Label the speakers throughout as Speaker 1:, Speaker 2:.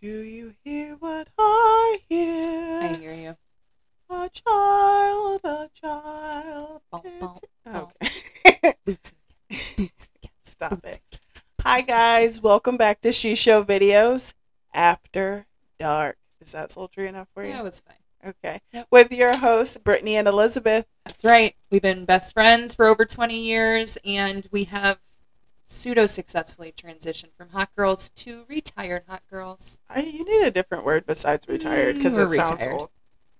Speaker 1: Do you hear what I hear?
Speaker 2: I hear you.
Speaker 1: A child, a child.
Speaker 2: Bum, bum, bum.
Speaker 1: Okay. Stop it. Hi, guys. Welcome back to She Show Videos After Dark. Is that sultry enough for you?
Speaker 2: Yeah, it was fine.
Speaker 1: Okay.
Speaker 2: Yep.
Speaker 1: With your hosts, Brittany and Elizabeth.
Speaker 2: That's right. We've been best friends for over 20 years, and we have pseudo successfully transitioned from hot girls to retired hot girls.
Speaker 1: I, you need a different word besides retired because
Speaker 2: Mm,
Speaker 1: it
Speaker 2: we're
Speaker 1: sounds
Speaker 2: retired.
Speaker 1: old.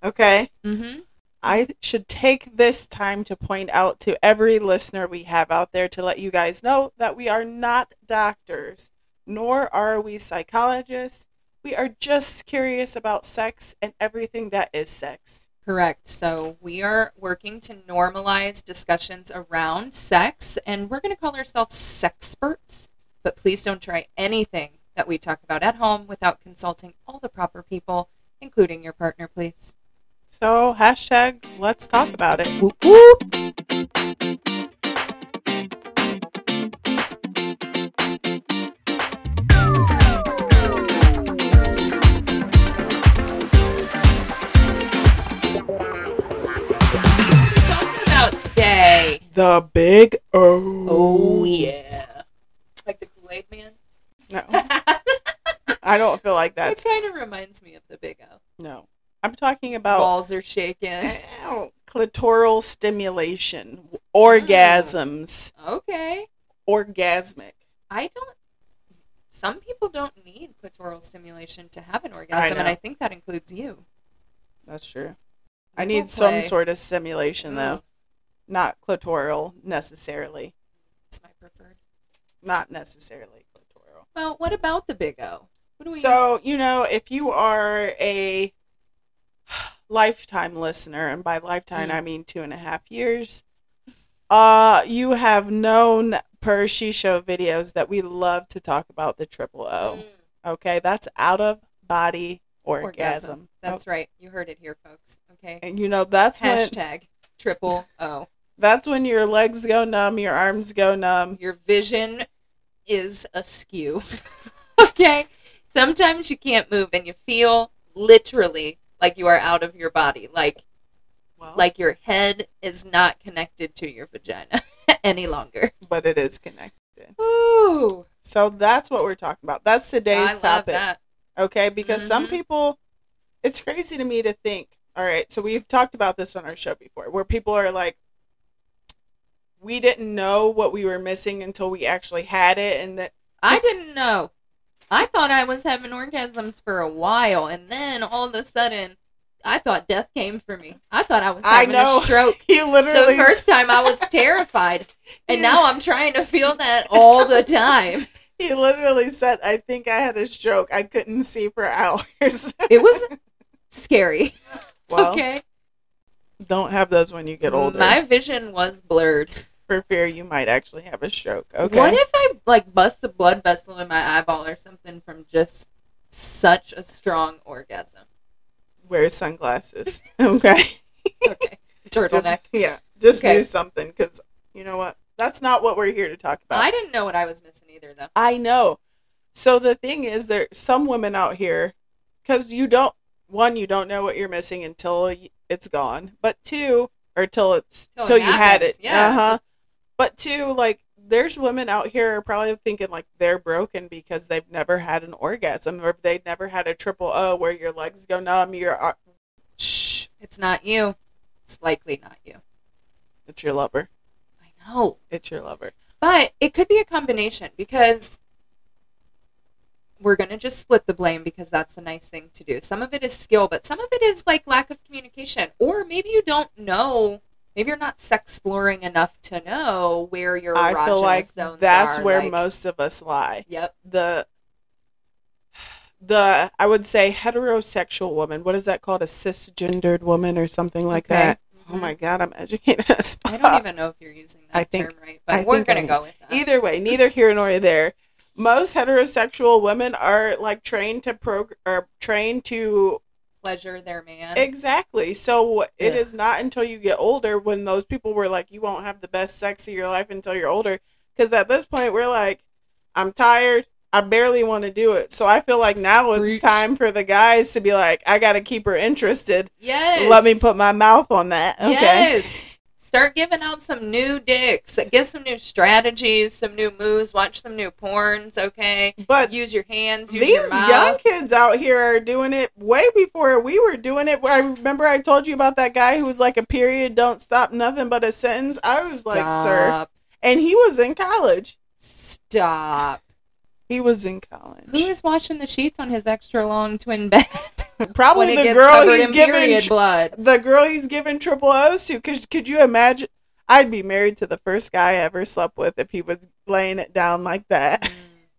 Speaker 1: Okay.
Speaker 2: Mm-hmm.
Speaker 1: I should take this time to point out to every listener we have out there to let you guys know that we are not doctors, nor are we psychologists. We are just curious about sex and everything that is sex.
Speaker 2: Correct. So we are working to normalize discussions around sex, and we're going to call ourselves sexperts. But please don't try anything that we talk about at home without consulting all the proper people, including your partner, please.
Speaker 1: So, hashtag let's talk about it.
Speaker 2: Whoop, whoop. What are we talking about today?
Speaker 1: The big O.
Speaker 2: Oh, yeah. Like the Kool Aid Man?
Speaker 1: No,
Speaker 2: that
Speaker 1: I don't feel like that's.
Speaker 2: kind of reminds me of the Big O.
Speaker 1: No. I'm talking about
Speaker 2: Balls are shaking.
Speaker 1: Ow. clitoral stimulation, orgasms,
Speaker 2: Okay.
Speaker 1: orgasmic.
Speaker 2: I don't. Some people don't need clitoral stimulation to have an orgasm, and
Speaker 1: know.
Speaker 2: I think that includes you.
Speaker 1: That's true. I
Speaker 2: We'll
Speaker 1: need some
Speaker 2: play.
Speaker 1: sort of stimulation though,
Speaker 2: Mm,
Speaker 1: not clitoral necessarily,
Speaker 2: It's my preferred.
Speaker 1: not necessarily clitoral.
Speaker 2: Well, what about the Big O? What do we?
Speaker 1: So you know, if you are a lifetime listener, and by lifetime
Speaker 2: Mm.
Speaker 1: I mean two and a half years, uh, you have known per she show videos that we love to talk about the triple O.
Speaker 2: Mm,
Speaker 1: Okay, that's out of body orgasm.
Speaker 2: Orgasm. that's right. You heard it here, folks. Okay.
Speaker 1: and you know that's when
Speaker 2: Hashtag triple O.
Speaker 1: that's when your legs go numb, your arms go numb.
Speaker 2: Your vision is askew. okay. Sometimes you can't move, and you feel literally like you are out of your body, like
Speaker 1: Well,
Speaker 2: like your head is not connected to your vagina any longer.
Speaker 1: but it is connected.
Speaker 2: Ooh,
Speaker 1: So that's what we're talking about. That's today's
Speaker 2: I love
Speaker 1: topic.
Speaker 2: that.
Speaker 1: Okay, because some
Speaker 2: Mhm.
Speaker 1: people it's crazy to me to think, all right, so we've talked about this on our show before where people are like we didn't know what we were missing until we actually had it and that
Speaker 2: I didn't know. I thought I was having orgasms for a while, and then all of a sudden, I thought death came for me. I thought I was
Speaker 1: I
Speaker 2: having
Speaker 1: know.
Speaker 2: a stroke.
Speaker 1: you literally
Speaker 2: The first time I was terrified, and
Speaker 1: You-
Speaker 2: now I'm trying to feel that all the time.
Speaker 1: he literally said I think I had a stroke. I couldn't see for hours.
Speaker 2: It was scary.
Speaker 1: well,
Speaker 2: okay,
Speaker 1: don't have those when you get older
Speaker 2: Mm-hmm. my vision was blurred.
Speaker 1: for fear you might actually have a stroke. Okay.
Speaker 2: What if I like bust the blood vessel in my eyeball or something from just such a strong orgasm?
Speaker 1: Wear sunglasses. Okay.
Speaker 2: Okay, turtleneck.
Speaker 1: Just- yeah, just
Speaker 2: Okay.
Speaker 1: do something because you know what? That's not what we're here to talk about.
Speaker 2: I didn't know what I was missing either, though.
Speaker 1: I know. So the thing is, there some women out here because you don't one you don't know what you're missing until y- it's gone, but two or till it's
Speaker 2: Till it
Speaker 1: till you had
Speaker 2: happens,
Speaker 1: it.
Speaker 2: yeah.
Speaker 1: Uh huh. But two, like there's women out here are probably thinking like they're broken because they've never had an orgasm or they've never had a triple O where your legs go numb, uh, your ar-
Speaker 2: Shh, it's not you. It's likely not you.
Speaker 1: it's your lover,
Speaker 2: I know,
Speaker 1: it's your lover.
Speaker 2: but it could be a combination because we're gonna just split the blame because that's the nice thing to do. Some of it is skill, but some of it is like lack of communication, or maybe you don't know. Maybe you're not sex exploring enough to know where your
Speaker 1: I feel
Speaker 2: erogenous
Speaker 1: like
Speaker 2: zones
Speaker 1: that's
Speaker 2: are,
Speaker 1: where
Speaker 2: like-
Speaker 1: most of us lie.
Speaker 2: Yep.
Speaker 1: The the I would say heterosexual woman. What is that called? A cisgendered woman or something like
Speaker 2: Okay.
Speaker 1: that. Oh
Speaker 2: Mhm.
Speaker 1: my god, I'm educated as fuck.
Speaker 2: I don't even know if you're using that
Speaker 1: I think-
Speaker 2: term right, but
Speaker 1: I
Speaker 2: we're
Speaker 1: think
Speaker 2: gonna
Speaker 1: I-
Speaker 2: go with that.
Speaker 1: Either way, neither here nor there. Most heterosexual women are like trained to pro or trained to
Speaker 2: pleasure their man.
Speaker 1: exactly. So it
Speaker 2: Yeah.
Speaker 1: is not until you get older when those people were like, "You won't have the best sex of your life until you're older," because at this point we're like, "I'm tired. I barely want to do it. So I feel like now it's
Speaker 2: Preach.
Speaker 1: time for the guys to be like, I got to keep her interested.
Speaker 2: Yes.
Speaker 1: Let me put my mouth on that. Okay.
Speaker 2: Yes. Start giving out some new dicks. Get some new strategies, some new moves. Watch some new porns. Okay.
Speaker 1: But
Speaker 2: Use your hands. Use
Speaker 1: these
Speaker 2: your mouth.
Speaker 1: young kids out here are doing it way before we were doing it. I remember I told you about that guy who was like a period, don't stop, nothing but a sentence. I was like, sir.
Speaker 2: Stop.
Speaker 1: And he was in college.
Speaker 2: Stop.
Speaker 1: He was in college.
Speaker 2: Who is washing the sheets on his extra long twin bed? when
Speaker 1: Probably
Speaker 2: it
Speaker 1: the
Speaker 2: gets
Speaker 1: girl
Speaker 2: covered
Speaker 1: he's
Speaker 2: in
Speaker 1: giving
Speaker 2: period blood.
Speaker 1: the girl he's giving triple O's to. Cause could you imagine? I'd be married to the first guy I ever slept with if he was laying it down like that.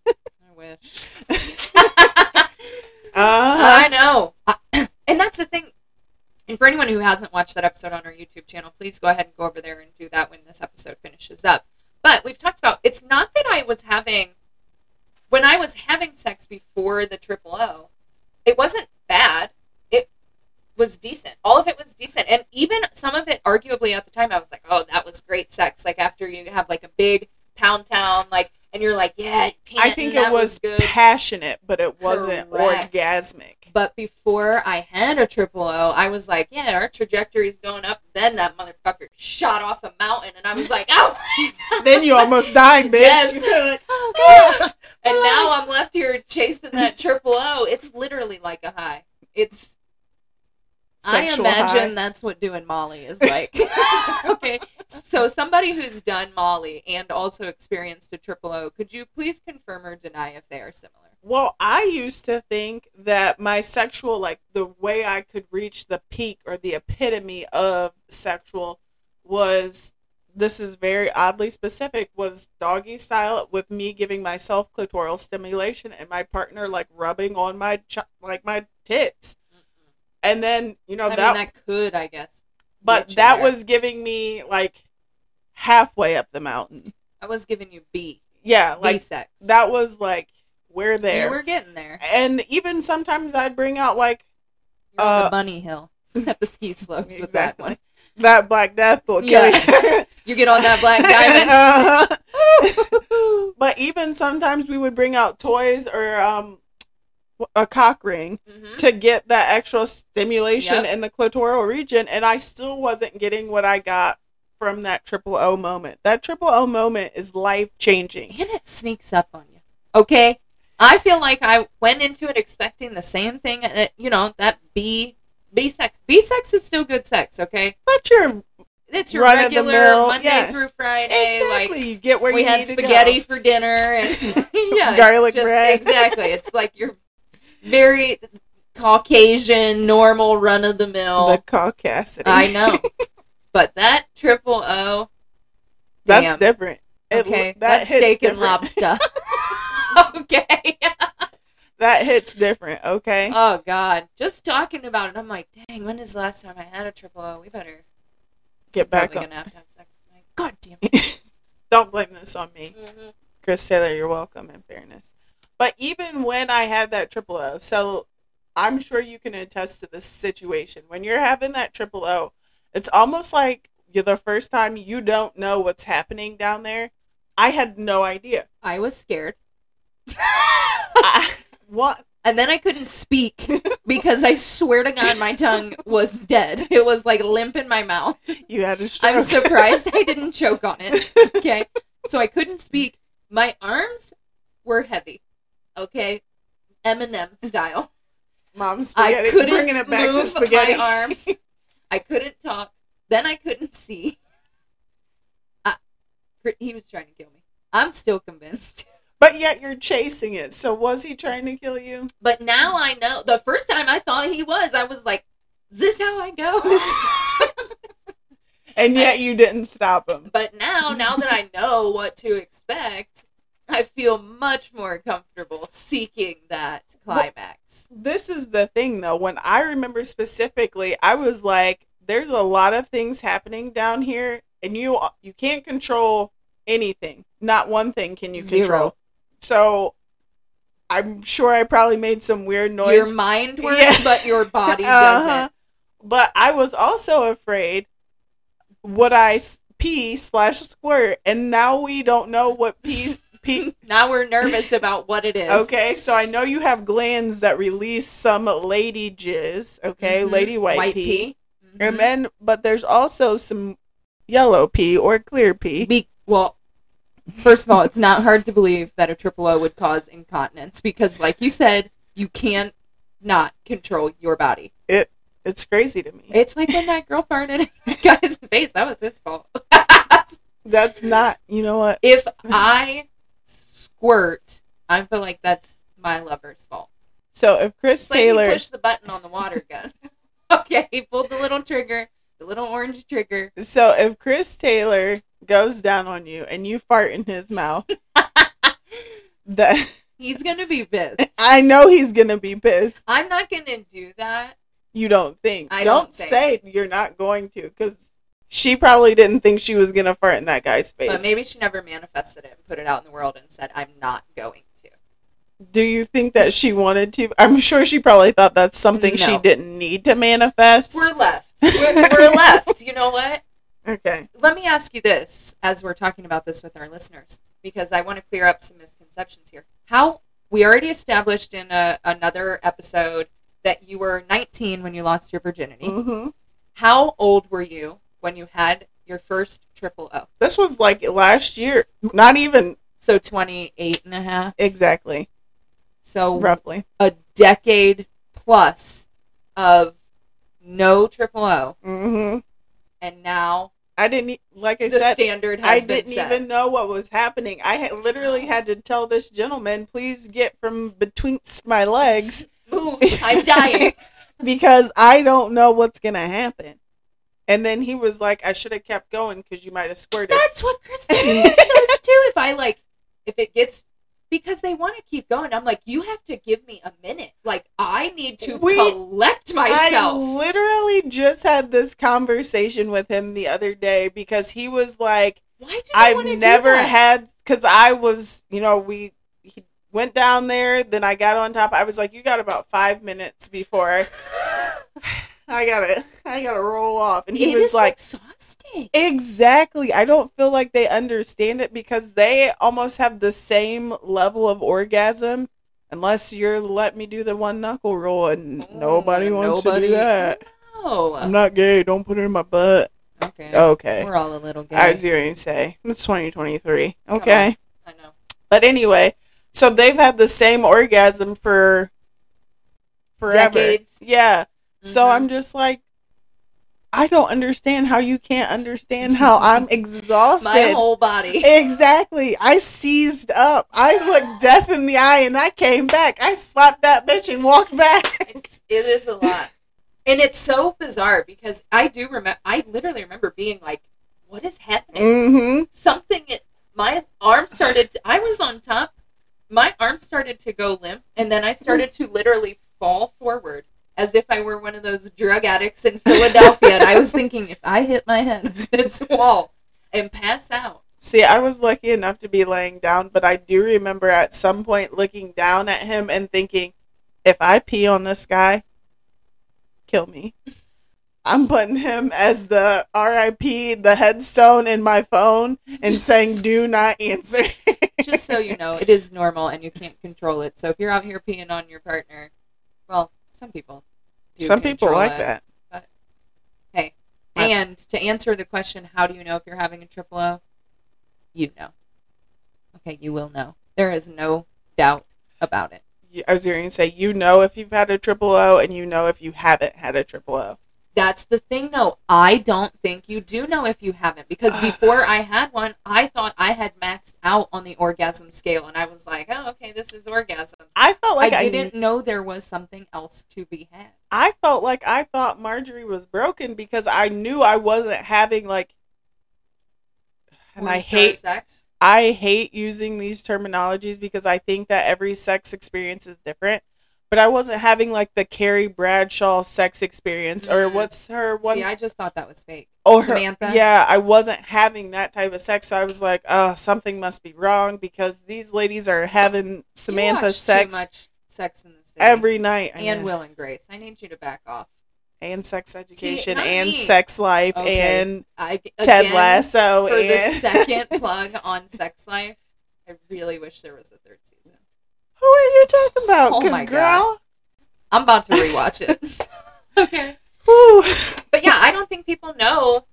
Speaker 2: I wish.
Speaker 1: Uh-huh.
Speaker 2: I know. I- and that's the thing. And for anyone who hasn't watched that episode on our YouTube channel, please go ahead and go over there and do that when this episode finishes up. But we've talked about it's not that I was having when I was having sex before the triple O, it wasn't bad. It was decent. All of it was decent. And even some of it arguably at the time I was like, Oh, that was great sex. Like after you have like a big pound town, like and you're like, Yeah,
Speaker 1: I think
Speaker 2: panting,
Speaker 1: it
Speaker 2: that
Speaker 1: was
Speaker 2: good.
Speaker 1: passionate, but it wasn't
Speaker 2: Correct.
Speaker 1: orgasmic.
Speaker 2: But before I had a triple O, I was like, yeah, our trajectory's going up. Then that motherfucker shot off a mountain, and I was like, oh my God.
Speaker 1: Then you almost dying, bitch.
Speaker 2: Yes.
Speaker 1: You're like,
Speaker 2: Oh, God. and now
Speaker 1: Relax.
Speaker 2: I'm left here chasing that triple O. It's literally like a high. It's
Speaker 1: Sexual
Speaker 2: I imagine
Speaker 1: high.
Speaker 2: that's what doing Molly is like. okay, so somebody who's done Molly and also experienced a triple O, could you please confirm or deny if they are similar?
Speaker 1: Well, I used to think that my sexual, like the way I could reach the peak or the epitome of sexual was this is very oddly specific was doggy style with me giving myself clitoral stimulation and my partner like rubbing on my ch- like my tits and then you know
Speaker 2: I
Speaker 1: that,
Speaker 2: mean, that could, I guess.
Speaker 1: but
Speaker 2: get you
Speaker 1: that
Speaker 2: there.
Speaker 1: was giving me like halfway up the mountain
Speaker 2: I was giving you B.
Speaker 1: yeah like
Speaker 2: B sex.
Speaker 1: that was like we're there
Speaker 2: You were getting there.
Speaker 1: and even sometimes I'd bring out like
Speaker 2: You were on
Speaker 1: Uh,
Speaker 2: the bunny hill at the ski slopes with that one.
Speaker 1: that Black Death will kill
Speaker 2: Yeah.
Speaker 1: you.
Speaker 2: You get on that black diamond.
Speaker 1: Uh-huh. but even sometimes we would bring out toys or um, a cock ring
Speaker 2: Mhm.
Speaker 1: to get that extra stimulation
Speaker 2: Yep.
Speaker 1: in the clitoral region, and I still wasn't getting what I got from that triple O moment. That triple O moment is life changing.
Speaker 2: And it sneaks up on you. Okay? I feel like I went into it expecting the same thing that you know, that B B sex. B sex is still good sex, okay?
Speaker 1: But you're
Speaker 2: It's your
Speaker 1: Run-of-the-mill,
Speaker 2: regular Monday
Speaker 1: yeah.
Speaker 2: through Friday,
Speaker 1: exactly.
Speaker 2: like
Speaker 1: you get where
Speaker 2: we
Speaker 1: you
Speaker 2: had
Speaker 1: need
Speaker 2: spaghetti
Speaker 1: to
Speaker 2: for dinner and yeah, it's
Speaker 1: Garlic
Speaker 2: just-
Speaker 1: bread.
Speaker 2: Exactly. It's like your very Caucasian, normal run of the mill.
Speaker 1: go. The caucasity.
Speaker 2: I know. but that triple O,
Speaker 1: That's
Speaker 2: Damn.
Speaker 1: different. It-
Speaker 2: okay,
Speaker 1: that
Speaker 2: that's
Speaker 1: hits
Speaker 2: steak and
Speaker 1: different.
Speaker 2: lobster. okay.
Speaker 1: That hits different, okay?
Speaker 2: Oh God, just talking about it, I'm like, dang. When is the last time I had a triple O? We better
Speaker 1: Get back
Speaker 2: probably
Speaker 1: on.
Speaker 2: gonna have to have sex. tonight. God damn it.
Speaker 1: Don't blame this on me.
Speaker 2: Mhm.
Speaker 1: Chris Taylor, you're welcome in fairness. But even when I had that triple O, so I'm sure you can attest to this situation. When you're having that triple O, it's almost like you're the first time you don't know what's happening down there. I had no idea.
Speaker 2: I was scared,
Speaker 1: I, what?
Speaker 2: and then I couldn't speak because I swear to God, my tongue was dead. It was like limp in my mouth.
Speaker 1: You had a stroke.
Speaker 2: I'm surprised I didn't choke on it. Okay. So I couldn't speak. My arms were heavy. Okay. Eminem style.
Speaker 1: Mom,
Speaker 2: I
Speaker 1: spaghetti.
Speaker 2: couldn't
Speaker 1: bringing it back
Speaker 2: move
Speaker 1: to spaghetti.
Speaker 2: my arms. I couldn't talk. Then I couldn't see. I, he was trying to kill me. I'm still convinced.
Speaker 1: But yet you're chasing it. So was he trying to kill you?
Speaker 2: But now I know. The first time I thought he was, I was like, is this how I go?
Speaker 1: And yet you didn't stop him.
Speaker 2: But now, now that I know what to expect, I feel much more comfortable seeking that climax.
Speaker 1: this is the thing though when i remember specifically i was like there's a lot of things happening down here and you you can't control anything not one thing can you
Speaker 2: Zero.
Speaker 1: control so i'm sure i probably made some weird
Speaker 2: Your
Speaker 1: noise
Speaker 2: mind works,
Speaker 1: Yeah.
Speaker 2: but your body
Speaker 1: Uh-huh.
Speaker 2: doesn't.
Speaker 1: but i was also afraid would i s- pee slash squirt and now we don't know what pee Pe-
Speaker 2: now we're nervous about what it is.
Speaker 1: okay, so I know you have glands that release some lady jizz, okay,
Speaker 2: Mhm.
Speaker 1: lady white,
Speaker 2: White
Speaker 1: pee.
Speaker 2: pea. Mm-hmm.
Speaker 1: And then, but there's also some yellow pee or clear pee.
Speaker 2: Be- well, first of all, it's not hard to believe that a triple O would cause incontinence because, like you said, you can't not control your body.
Speaker 1: It's crazy to me.
Speaker 2: It's like when that girl farted in the guy's face. That was his fault.
Speaker 1: That's not, you know what?
Speaker 2: if I squirt, I feel like that's my lover's fault.
Speaker 1: So if Chris
Speaker 2: It's like
Speaker 1: Taylor,
Speaker 2: he pushed the button on the water gun. okay, he pulled the little trigger, the little orange trigger.
Speaker 1: so if Chris Taylor goes down on you and you fart in his mouth, that
Speaker 2: He's gonna be pissed.
Speaker 1: I know he's gonna be pissed.
Speaker 2: I'm not gonna do that.
Speaker 1: You don't think?
Speaker 2: I
Speaker 1: don't
Speaker 2: don't think.
Speaker 1: say you're not going to, because she probably didn't think she was gonna fart in that guy's
Speaker 2: But
Speaker 1: face.
Speaker 2: maybe she never manifested it and put it out in the world and said, I'm not going to.
Speaker 1: Do you think that she wanted to? I'm sure she probably thought that's something she
Speaker 2: No.
Speaker 1: didn't need to manifest.
Speaker 2: We're left. We're, we're left. You know what?
Speaker 1: okay.
Speaker 2: Let me ask you this as we're talking about this with our listeners, because I want to clear up some misconceptions here. How we already established in a, another episode that you were 19 when you lost your virginity.
Speaker 1: hmm
Speaker 2: How old were you when you had your first triple O?
Speaker 1: This was like last year. Not even
Speaker 2: So 28 and a half.
Speaker 1: exactly,
Speaker 2: So
Speaker 1: roughly.
Speaker 2: a decade plus of no triple O,
Speaker 1: hmm
Speaker 2: and now
Speaker 1: I didn't e- like I
Speaker 2: the
Speaker 1: said.
Speaker 2: standard
Speaker 1: I
Speaker 2: has been
Speaker 1: didn't
Speaker 2: set.
Speaker 1: even know what was happening. I had literally had to tell this gentleman, "Please get from betwixt my legs
Speaker 2: Move! I'm dying.
Speaker 1: because I don't know what's gonna happen." And then he was like, "I should have kept going because you might have squirted."
Speaker 2: That's what Kristen Wiig says too. If I like, if it gets. Because they want to keep going. I'm like, you have to give me a minute. Like, I need to
Speaker 1: We-
Speaker 2: collect myself.
Speaker 1: I literally just had this conversation with him the other day because he was like,
Speaker 2: Why do they
Speaker 1: I've
Speaker 2: want to do
Speaker 1: never
Speaker 2: that?
Speaker 1: had, because I was, you know, we he went down there, then I got on top. I was like, you got about five minutes before I, I gotta, I gotta roll off. And he
Speaker 2: It
Speaker 1: was
Speaker 2: is
Speaker 1: like,
Speaker 2: exhausting.
Speaker 1: Exactly. I don't feel like they understand it because they almost have the same level of orgasm unless you're let me do the one knuckle roll and
Speaker 2: Mm,
Speaker 1: nobody wants to do that. I'm
Speaker 2: No.
Speaker 1: not gay. Don't put it in my butt.
Speaker 2: Oh, Okay.
Speaker 1: Okay.
Speaker 2: We're all a little gay.
Speaker 1: I was hearing you say it's 2023. Okay.
Speaker 2: I know.
Speaker 1: But anyway, so they've had the same orgasm for forever.
Speaker 2: Decades.
Speaker 1: Yeah. So
Speaker 2: Mhm.
Speaker 1: I'm just like, I don't understand how you can't understand how I'm exhausted.
Speaker 2: My whole body.
Speaker 1: Exactly. I seized up. I looked death in the eye and I came back. I slapped that bitch and walked back.
Speaker 2: It's, it is a lot. And it's so bizarre because I do remember, I literally remember being like, what is happening?
Speaker 1: Mm-hmm.
Speaker 2: Something, it, my arm started, to, I was on top. My arm started to go limp. And then I started to literally fall forward as if I were one of those drug addicts in Philadelphia. and I was thinking, if I hit my head with this wall and pass out,
Speaker 1: See, I was lucky enough to be laying down, but I do remember at some point looking down at him and thinking, if I pee on this guy, kill me. I'm putting him as the RIP, the headstone in my phone and saying, do not answer.
Speaker 2: just so you know, it is normal and you can't control it. So if you're out here peeing on your partner, well, some people do.
Speaker 1: Some people
Speaker 2: control
Speaker 1: like
Speaker 2: it.
Speaker 1: that.
Speaker 2: And to answer the question, how do you know if you're having a triple O? You know. Okay, you will know. There is no doubt about it.
Speaker 1: you- I was going to say, you know if you've had a triple O and you know if you haven't had a triple O.
Speaker 2: That's the thing, though. I don't think you do know if you haven't, because before I had one, I thought I had maxed out on the orgasm scale, and I was like, "Oh, okay, this is orgasms."
Speaker 1: I felt like I,
Speaker 2: I didn't know there was something else to be had.
Speaker 1: I felt like I thought Marjorie was broken because I knew I wasn't having like and I
Speaker 2: Porn star
Speaker 1: hate
Speaker 2: sex.
Speaker 1: I hate using these terminologies because I think that every sex experience is different. But I wasn't having like the Carrie Bradshaw sex experience or
Speaker 2: Mm.
Speaker 1: what's her one
Speaker 2: See, I just thought that was fake.
Speaker 1: or her-
Speaker 2: Samantha.
Speaker 1: yeah, I wasn't having that type of sex, so I was like, oh, something must be wrong because these ladies are having
Speaker 2: You
Speaker 1: Samantha
Speaker 2: watch
Speaker 1: sex
Speaker 2: Too much sex in the city.
Speaker 1: every night. I
Speaker 2: and
Speaker 1: know.
Speaker 2: Will and Grace. I need you to back off.
Speaker 1: and sex education
Speaker 2: not
Speaker 1: and
Speaker 2: me.
Speaker 1: sex life
Speaker 2: Okay.
Speaker 1: and
Speaker 2: I
Speaker 1: Ted
Speaker 2: again,
Speaker 1: Lasso
Speaker 2: for the
Speaker 1: and
Speaker 2: second plug on Sex Life. I really wish there was a third season.
Speaker 1: Who are you talking
Speaker 2: Oh
Speaker 1: about? Because,
Speaker 2: my
Speaker 1: girl,
Speaker 2: I'm about to rewatch it. okay.
Speaker 1: whew.
Speaker 2: But yeah, I don't think people know.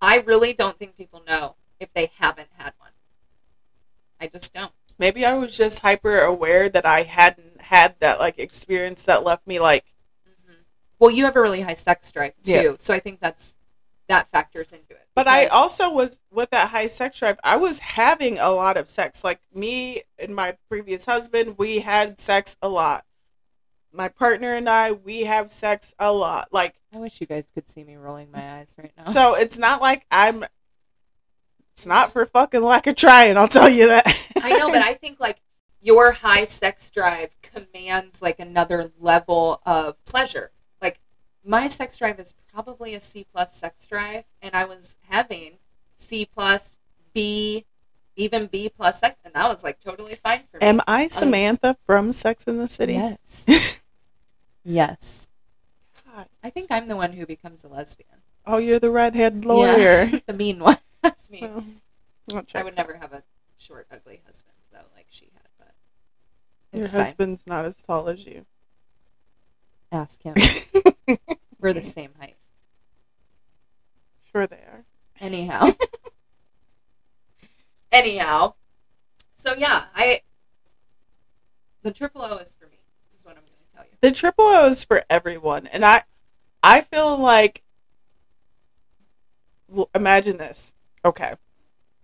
Speaker 2: I really don't think people know if they haven't had one. I just don't.
Speaker 1: maybe I was just hyper aware that I hadn't had that like experience that left me like,
Speaker 2: hmm Well, you have a really high sex drive too,
Speaker 1: Yeah.
Speaker 2: so I think that's that factors into it.
Speaker 1: But I
Speaker 2: Because-
Speaker 1: also was with that high sex drive. I was having a lot of sex. Like me and my previous husband, we had sex a lot. My partner and I, we have sex a lot. Like
Speaker 2: I wish you guys could see me rolling my eyes right now.
Speaker 1: so, it's not like I'm. It's not for fucking lack of trying. I'll tell you that.
Speaker 2: I know, but I think like your high sex drive commands like another level of pleasure. Like my sex drive is probably a C plus sex drive, and I was having C plus B, even B plus sex, and that was like totally fine for me.
Speaker 1: Am I Samantha from Sex in the City?
Speaker 2: Yes. yes.
Speaker 1: God.
Speaker 2: I think I'm the one who becomes a lesbian.
Speaker 1: Oh, you're the redhead lawyer.
Speaker 2: the mean one. That's me.
Speaker 1: Well, I'll check
Speaker 2: I would
Speaker 1: that.
Speaker 2: never have a short, ugly husband though, like she had. But
Speaker 1: Your
Speaker 2: it's fine.
Speaker 1: husband's not as tall as you.
Speaker 2: Ask him. We're the same height.
Speaker 1: Sure, they are.
Speaker 2: Anyhow. Anyhow. So yeah, I the triple O is for me, is what I'm gonna tell you.
Speaker 1: the triple O is for everyone, and I, I feel like. Well, imagine this. Okay,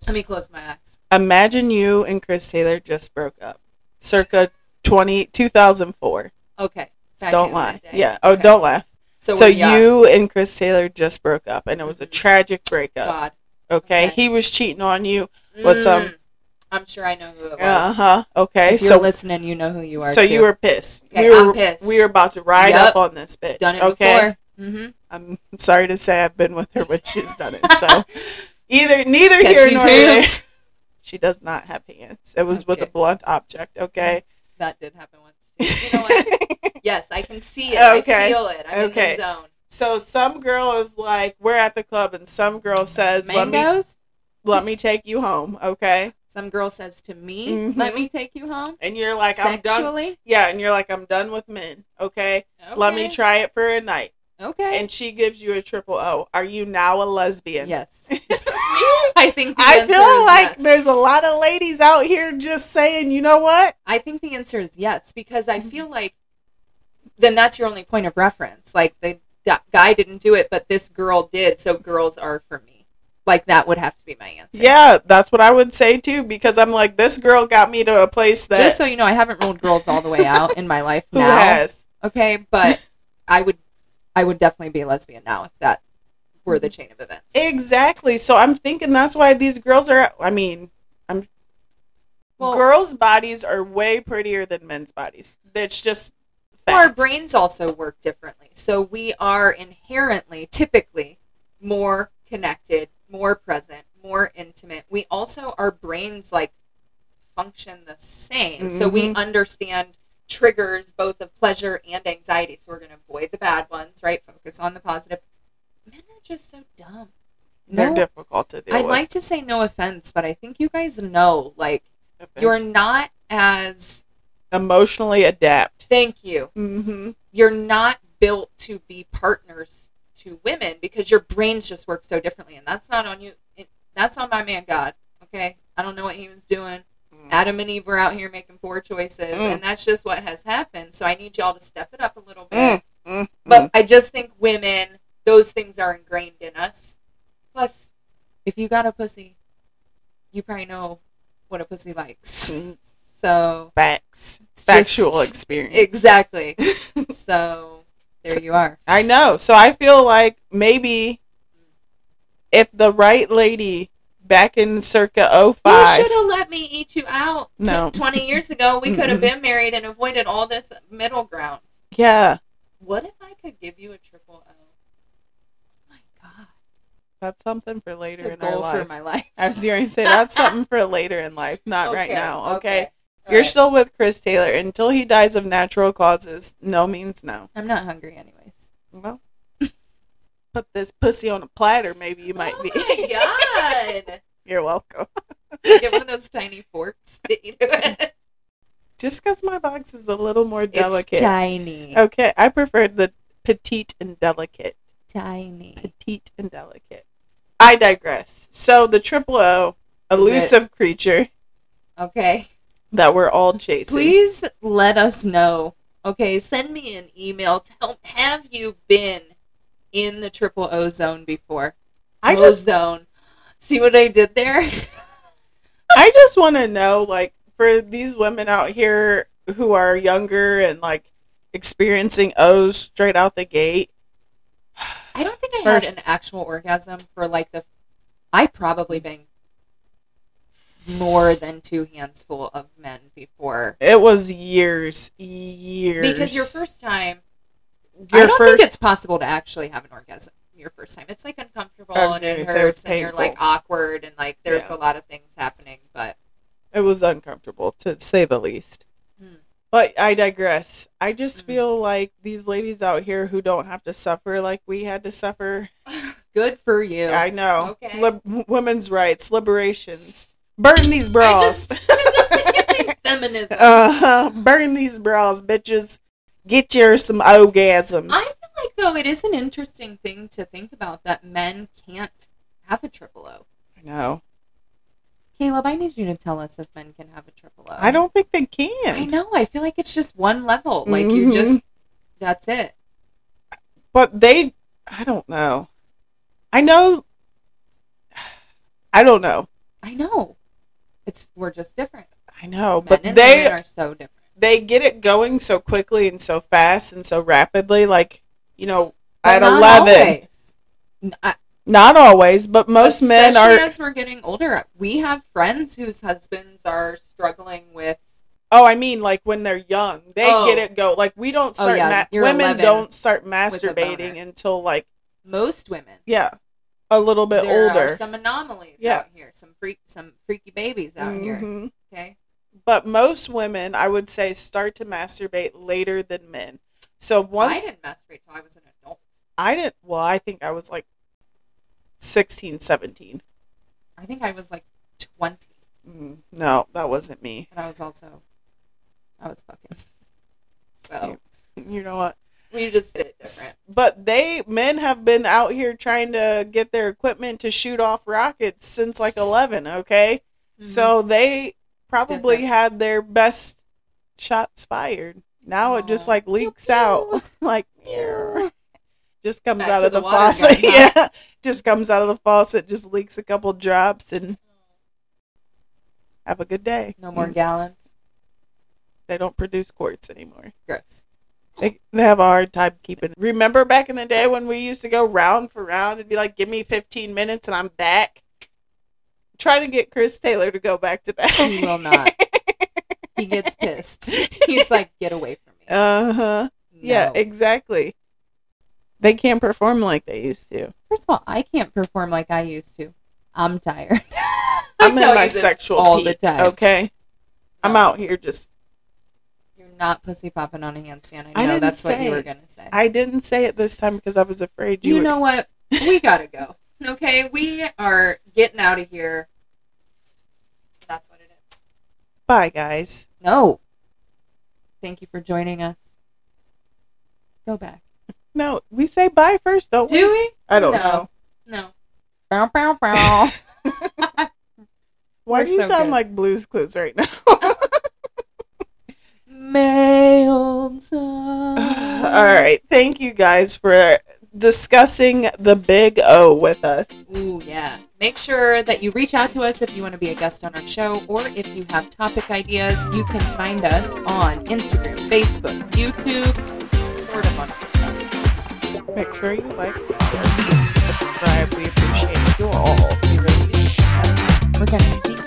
Speaker 2: Let me close my eyes.
Speaker 1: imagine you and Chris Taylor just broke up, circa 20, 2004.
Speaker 2: Okay. back
Speaker 1: don't
Speaker 2: in that
Speaker 1: lie.
Speaker 2: day.
Speaker 1: Yeah. Oh,
Speaker 2: Okay.
Speaker 1: don't laugh. So,
Speaker 2: we're young.
Speaker 1: you and Chris Taylor just broke up, and it was a
Speaker 2: Mhm.
Speaker 1: tragic breakup.
Speaker 2: God.
Speaker 1: Okay?
Speaker 2: Okay.
Speaker 1: he was cheating on you. was, um,
Speaker 2: Mm. I'm sure I know who it was.
Speaker 1: Uh huh. Okay,
Speaker 2: If you're
Speaker 1: so
Speaker 2: listening, you know who you are.
Speaker 1: so
Speaker 2: too.
Speaker 1: you were pissed.
Speaker 2: Okay,
Speaker 1: we were
Speaker 2: I'm pissed.
Speaker 1: we were about to ride
Speaker 2: Yup.
Speaker 1: up on this bitch.
Speaker 2: done it
Speaker 1: okay,
Speaker 2: before. Mm-hmm.
Speaker 1: I'm sorry to say I've been with her when she's done it. So either neither
Speaker 2: Because
Speaker 1: here
Speaker 2: she's
Speaker 1: nor there.
Speaker 2: hands.
Speaker 1: She does not have hands. It was with
Speaker 2: Okay.
Speaker 1: a blunt object. Okay.
Speaker 2: That did happen once. Too. You know what? yes, I can see it. I
Speaker 1: Okay.
Speaker 2: feel it. I'm
Speaker 1: Okay.
Speaker 2: in the zone.
Speaker 1: so some girl is like, "We're at the club," and some girl says, "Let me
Speaker 2: Mangoes.
Speaker 1: let me take you home." Okay.
Speaker 2: Some girl says to me,
Speaker 1: Mhm.
Speaker 2: "Let me take you home."
Speaker 1: And you're like, "I'm done."
Speaker 2: Sexually.
Speaker 1: Yeah, and you're like, "I'm done with men." Okay.
Speaker 2: Okay.
Speaker 1: Let me try it for a night.
Speaker 2: Okay.
Speaker 1: And she gives you a triple O. Are you now a lesbian?
Speaker 2: yes. I think. The
Speaker 1: I
Speaker 2: answer
Speaker 1: feel
Speaker 2: is
Speaker 1: like
Speaker 2: yes.
Speaker 1: there's a lot of ladies out here just saying, you know what?
Speaker 2: I think the answer is yes because
Speaker 1: Mm-hmm.
Speaker 2: I feel like then that's your only point of reference. Like the d- guy didn't do it, but this girl did, so girls are for me. Like that would have to be my answer.
Speaker 1: Yeah, that's what I would say too, because I'm like, this girl got me to a place that
Speaker 2: Just so you know, I haven't ruled girls all the way out in my life
Speaker 1: who
Speaker 2: now.
Speaker 1: has?
Speaker 2: Okay, but I would I would definitely be a lesbian now if that were the
Speaker 1: Mm-hmm.
Speaker 2: chain of events.
Speaker 1: Exactly. So I'm thinking that's why these girls are I mean, I'm
Speaker 2: Well-
Speaker 1: girls' bodies are way prettier than men's bodies. That's just
Speaker 2: Our
Speaker 1: fact.
Speaker 2: brains also work differently. So we are inherently typically more connected, more present, more intimate. We also our brains like function the same. So we
Speaker 1: Mhm.
Speaker 2: understand triggers both of pleasure and anxiety. So we're going to avoid the bad ones, right? Focus on the positive. Men are just so dumb.
Speaker 1: They're
Speaker 2: No
Speaker 1: difficult to deal
Speaker 2: I'd
Speaker 1: with.
Speaker 2: like to say no offense, but I think you guys know, like,
Speaker 1: Offense.
Speaker 2: you're not as,
Speaker 1: emotionally adapt.
Speaker 2: thank you,
Speaker 1: Mm-hmm.
Speaker 2: you're not built to be partners to women because your brains just work so differently. And that's not on you, it, that's on my man God, okay? I don't know what he was doing. Adam and Eve were out here making poor choices,
Speaker 1: Mm.
Speaker 2: and that's just what has happened. So I need y'all to step it up a little bit.
Speaker 1: Mm, mm,
Speaker 2: But I just think women, those things are ingrained in us. Plus, if you got a pussy, you probably know what a pussy likes.
Speaker 1: Mm.
Speaker 2: So
Speaker 1: facts.
Speaker 2: it's
Speaker 1: Factual
Speaker 2: just-
Speaker 1: experience.
Speaker 2: exactly. so there you are.
Speaker 1: I know. So I feel like maybe if the right lady back in circa
Speaker 2: You
Speaker 1: 05
Speaker 2: should have let me eat you out t-
Speaker 1: No.
Speaker 2: twenty years ago. We could have
Speaker 1: Mm-mm.
Speaker 2: been married and avoided all this middle ground.
Speaker 1: Yeah,
Speaker 2: What if I could give you a triple O? Oh my god!
Speaker 1: that's something for later
Speaker 2: it's a
Speaker 1: in our
Speaker 2: goal for
Speaker 1: life.
Speaker 2: my life.
Speaker 1: I was going to say that's something for later in life, not right now, okay?
Speaker 2: All
Speaker 1: You're
Speaker 2: right.
Speaker 1: still with Chris Taylor until he dies of natural causes. No means no.
Speaker 2: I'm not hungry, anyways.
Speaker 1: Well, put this pussy on a platter maybe you might
Speaker 2: oh
Speaker 1: be.
Speaker 2: my god!
Speaker 1: You're welcome.
Speaker 2: Get one of those tiny forks to eat it with.
Speaker 1: Just because my box is a little more delicate.
Speaker 2: It's tiny.
Speaker 1: okay, I preferred the petite and delicate.
Speaker 2: Tiny.
Speaker 1: Petite and delicate. I digress. So the triple O, elusive creature
Speaker 2: Okay.
Speaker 1: that we're all chasing.
Speaker 2: Please let us know. Okay, send me an email. Tell have you been in the triple O zone before?
Speaker 1: I
Speaker 2: O
Speaker 1: just,
Speaker 2: zone. See what I did there?
Speaker 1: I just want to know, like, for these women out here who are younger and like experiencing O's straight out the gate.
Speaker 2: I don't think I
Speaker 1: First-
Speaker 2: had an actual orgasm for like the. I probably banged more than two handful of men before
Speaker 1: It was years, years.
Speaker 2: because your first time.
Speaker 1: Your
Speaker 2: I don't
Speaker 1: first
Speaker 2: think it's possible to actually have an orgasm your first time. It's like uncomfortable
Speaker 1: I was
Speaker 2: and it
Speaker 1: gonna say it was
Speaker 2: hurts and you're
Speaker 1: painful.
Speaker 2: like awkward and like there's
Speaker 1: Yeah.
Speaker 2: a lot of things happening, but
Speaker 1: It was uncomfortable, to say the least.
Speaker 2: Hmm.
Speaker 1: But I digress. I just
Speaker 2: Mhm.
Speaker 1: feel like these ladies out here who don't have to suffer like we had to suffer.
Speaker 2: good for you.
Speaker 1: I know.
Speaker 2: Okay.
Speaker 1: Lib- women's rights, liberations. Burn these bras.
Speaker 2: just- It's the same thing, feminism.
Speaker 1: uh, burn these bras, bitches. Get your some orgasms.
Speaker 2: I feel like though it is an interesting thing to think about that men can't have a triple O.
Speaker 1: I know.
Speaker 2: Caleb, I need you to tell us if men can have a triple O.
Speaker 1: I don't think they
Speaker 2: I
Speaker 1: can.
Speaker 2: know. I feel like it's just one level. Like you
Speaker 1: Mhm.
Speaker 2: just. That's it.
Speaker 1: But they, I don't know. I know. I don't know.
Speaker 2: I know. It's we're just different.
Speaker 1: I know.
Speaker 2: Men
Speaker 1: but
Speaker 2: and
Speaker 1: they
Speaker 2: women are so different.
Speaker 1: they get it going so quickly and so fast and so rapidly. Like you know, at
Speaker 2: But not
Speaker 1: eleven,
Speaker 2: always. N- I-
Speaker 1: not always, but most men
Speaker 2: especially
Speaker 1: are.
Speaker 2: As we're getting older, we have friends whose husbands are struggling with.
Speaker 1: Oh, I mean, like when they're young, they
Speaker 2: Oh.
Speaker 1: get it go. Like we don't
Speaker 2: Oh,
Speaker 1: start.
Speaker 2: yeah,
Speaker 1: ma-
Speaker 2: you're
Speaker 1: women
Speaker 2: 11
Speaker 1: don't start
Speaker 2: a boner.
Speaker 1: masturbating until like
Speaker 2: Most women.
Speaker 1: yeah, a little bit
Speaker 2: there
Speaker 1: older.
Speaker 2: are some anomalies
Speaker 1: Yeah.
Speaker 2: out here. Some freak, some freaky babies out here.
Speaker 1: Mhm.
Speaker 2: Okay.
Speaker 1: But most women, I would say, start to masturbate later than men. So
Speaker 2: I
Speaker 1: once
Speaker 2: didn't masturbate till I was an adult.
Speaker 1: I didn't, well, I think I was like 16, 17.
Speaker 2: I think I was like twenty,
Speaker 1: Mm, no, that wasn't me.
Speaker 2: and I was also, I was fucking.
Speaker 1: Yeah.
Speaker 2: So
Speaker 1: You know what?
Speaker 2: we just did it different.
Speaker 1: But they men have been out here trying to get their equipment to shoot off rockets since like eleven. Okay, so they probably
Speaker 2: Mm-hmm. different.
Speaker 1: had their best shots fired. Now it just
Speaker 2: Aw.
Speaker 1: like
Speaker 2: Pew,
Speaker 1: leaks
Speaker 2: pew.
Speaker 1: out, like meow. just comes
Speaker 2: Back
Speaker 1: out
Speaker 2: to
Speaker 1: of the,
Speaker 2: the water
Speaker 1: faucet.
Speaker 2: gun, huh?
Speaker 1: yeah, just comes out of the faucet. Just leaks a couple drops, and have a good day.
Speaker 2: Mm. no more gallons.
Speaker 1: They don't produce quartz anymore.
Speaker 2: Gross.
Speaker 1: They, they have a hard time keeping. Remember back in the day when we used to go round for round and be like, "Give me 15 minutes and I'm back." Try to get Chris Taylor to go back to back.
Speaker 2: He will not. He gets pissed. He's like, get away from me.
Speaker 1: Uh huh. Yeah,
Speaker 2: No.
Speaker 1: exactly. They can't perform like they used to.
Speaker 2: First of all, I can't perform like I used to. I'm tired. I
Speaker 1: I'm in
Speaker 2: tell you
Speaker 1: my
Speaker 2: this
Speaker 1: sexual
Speaker 2: all
Speaker 1: peak,
Speaker 2: the time.
Speaker 1: Okay, I'm
Speaker 2: No.
Speaker 1: out here just.
Speaker 2: You're not pussy popping on a handstand.
Speaker 1: I
Speaker 2: I know
Speaker 1: didn't
Speaker 2: that's what
Speaker 1: say
Speaker 2: you were
Speaker 1: it.
Speaker 2: gonna say.
Speaker 1: I didn't say it this time because I was afraid you.
Speaker 2: you
Speaker 1: would-
Speaker 2: know what? We gotta go. Okay, we are getting out of here. That's what it is.
Speaker 1: Bye, guys.
Speaker 2: No. Thank you for joining us. Go back.
Speaker 1: No, we say bye first, don't
Speaker 2: Do
Speaker 1: we?
Speaker 2: we?
Speaker 1: I don't
Speaker 2: No.
Speaker 1: know.
Speaker 2: No. Bow, bow, bow.
Speaker 1: Why
Speaker 2: We're
Speaker 1: do you
Speaker 2: so
Speaker 1: sound
Speaker 2: good.
Speaker 1: like Blue's Clues right now?
Speaker 2: Mail
Speaker 1: All right. Thank you guys for discussing the big O with us.
Speaker 2: Ooh, yeah. Make sure that you reach out to us if you want to be a guest on our show or if you have topic ideas. You can find us on Instagram, Facebook, YouTube, sort of on TikTok.
Speaker 1: Make sure you like, subscribe. We appreciate you all.
Speaker 2: We really do. We're kind of sneaky.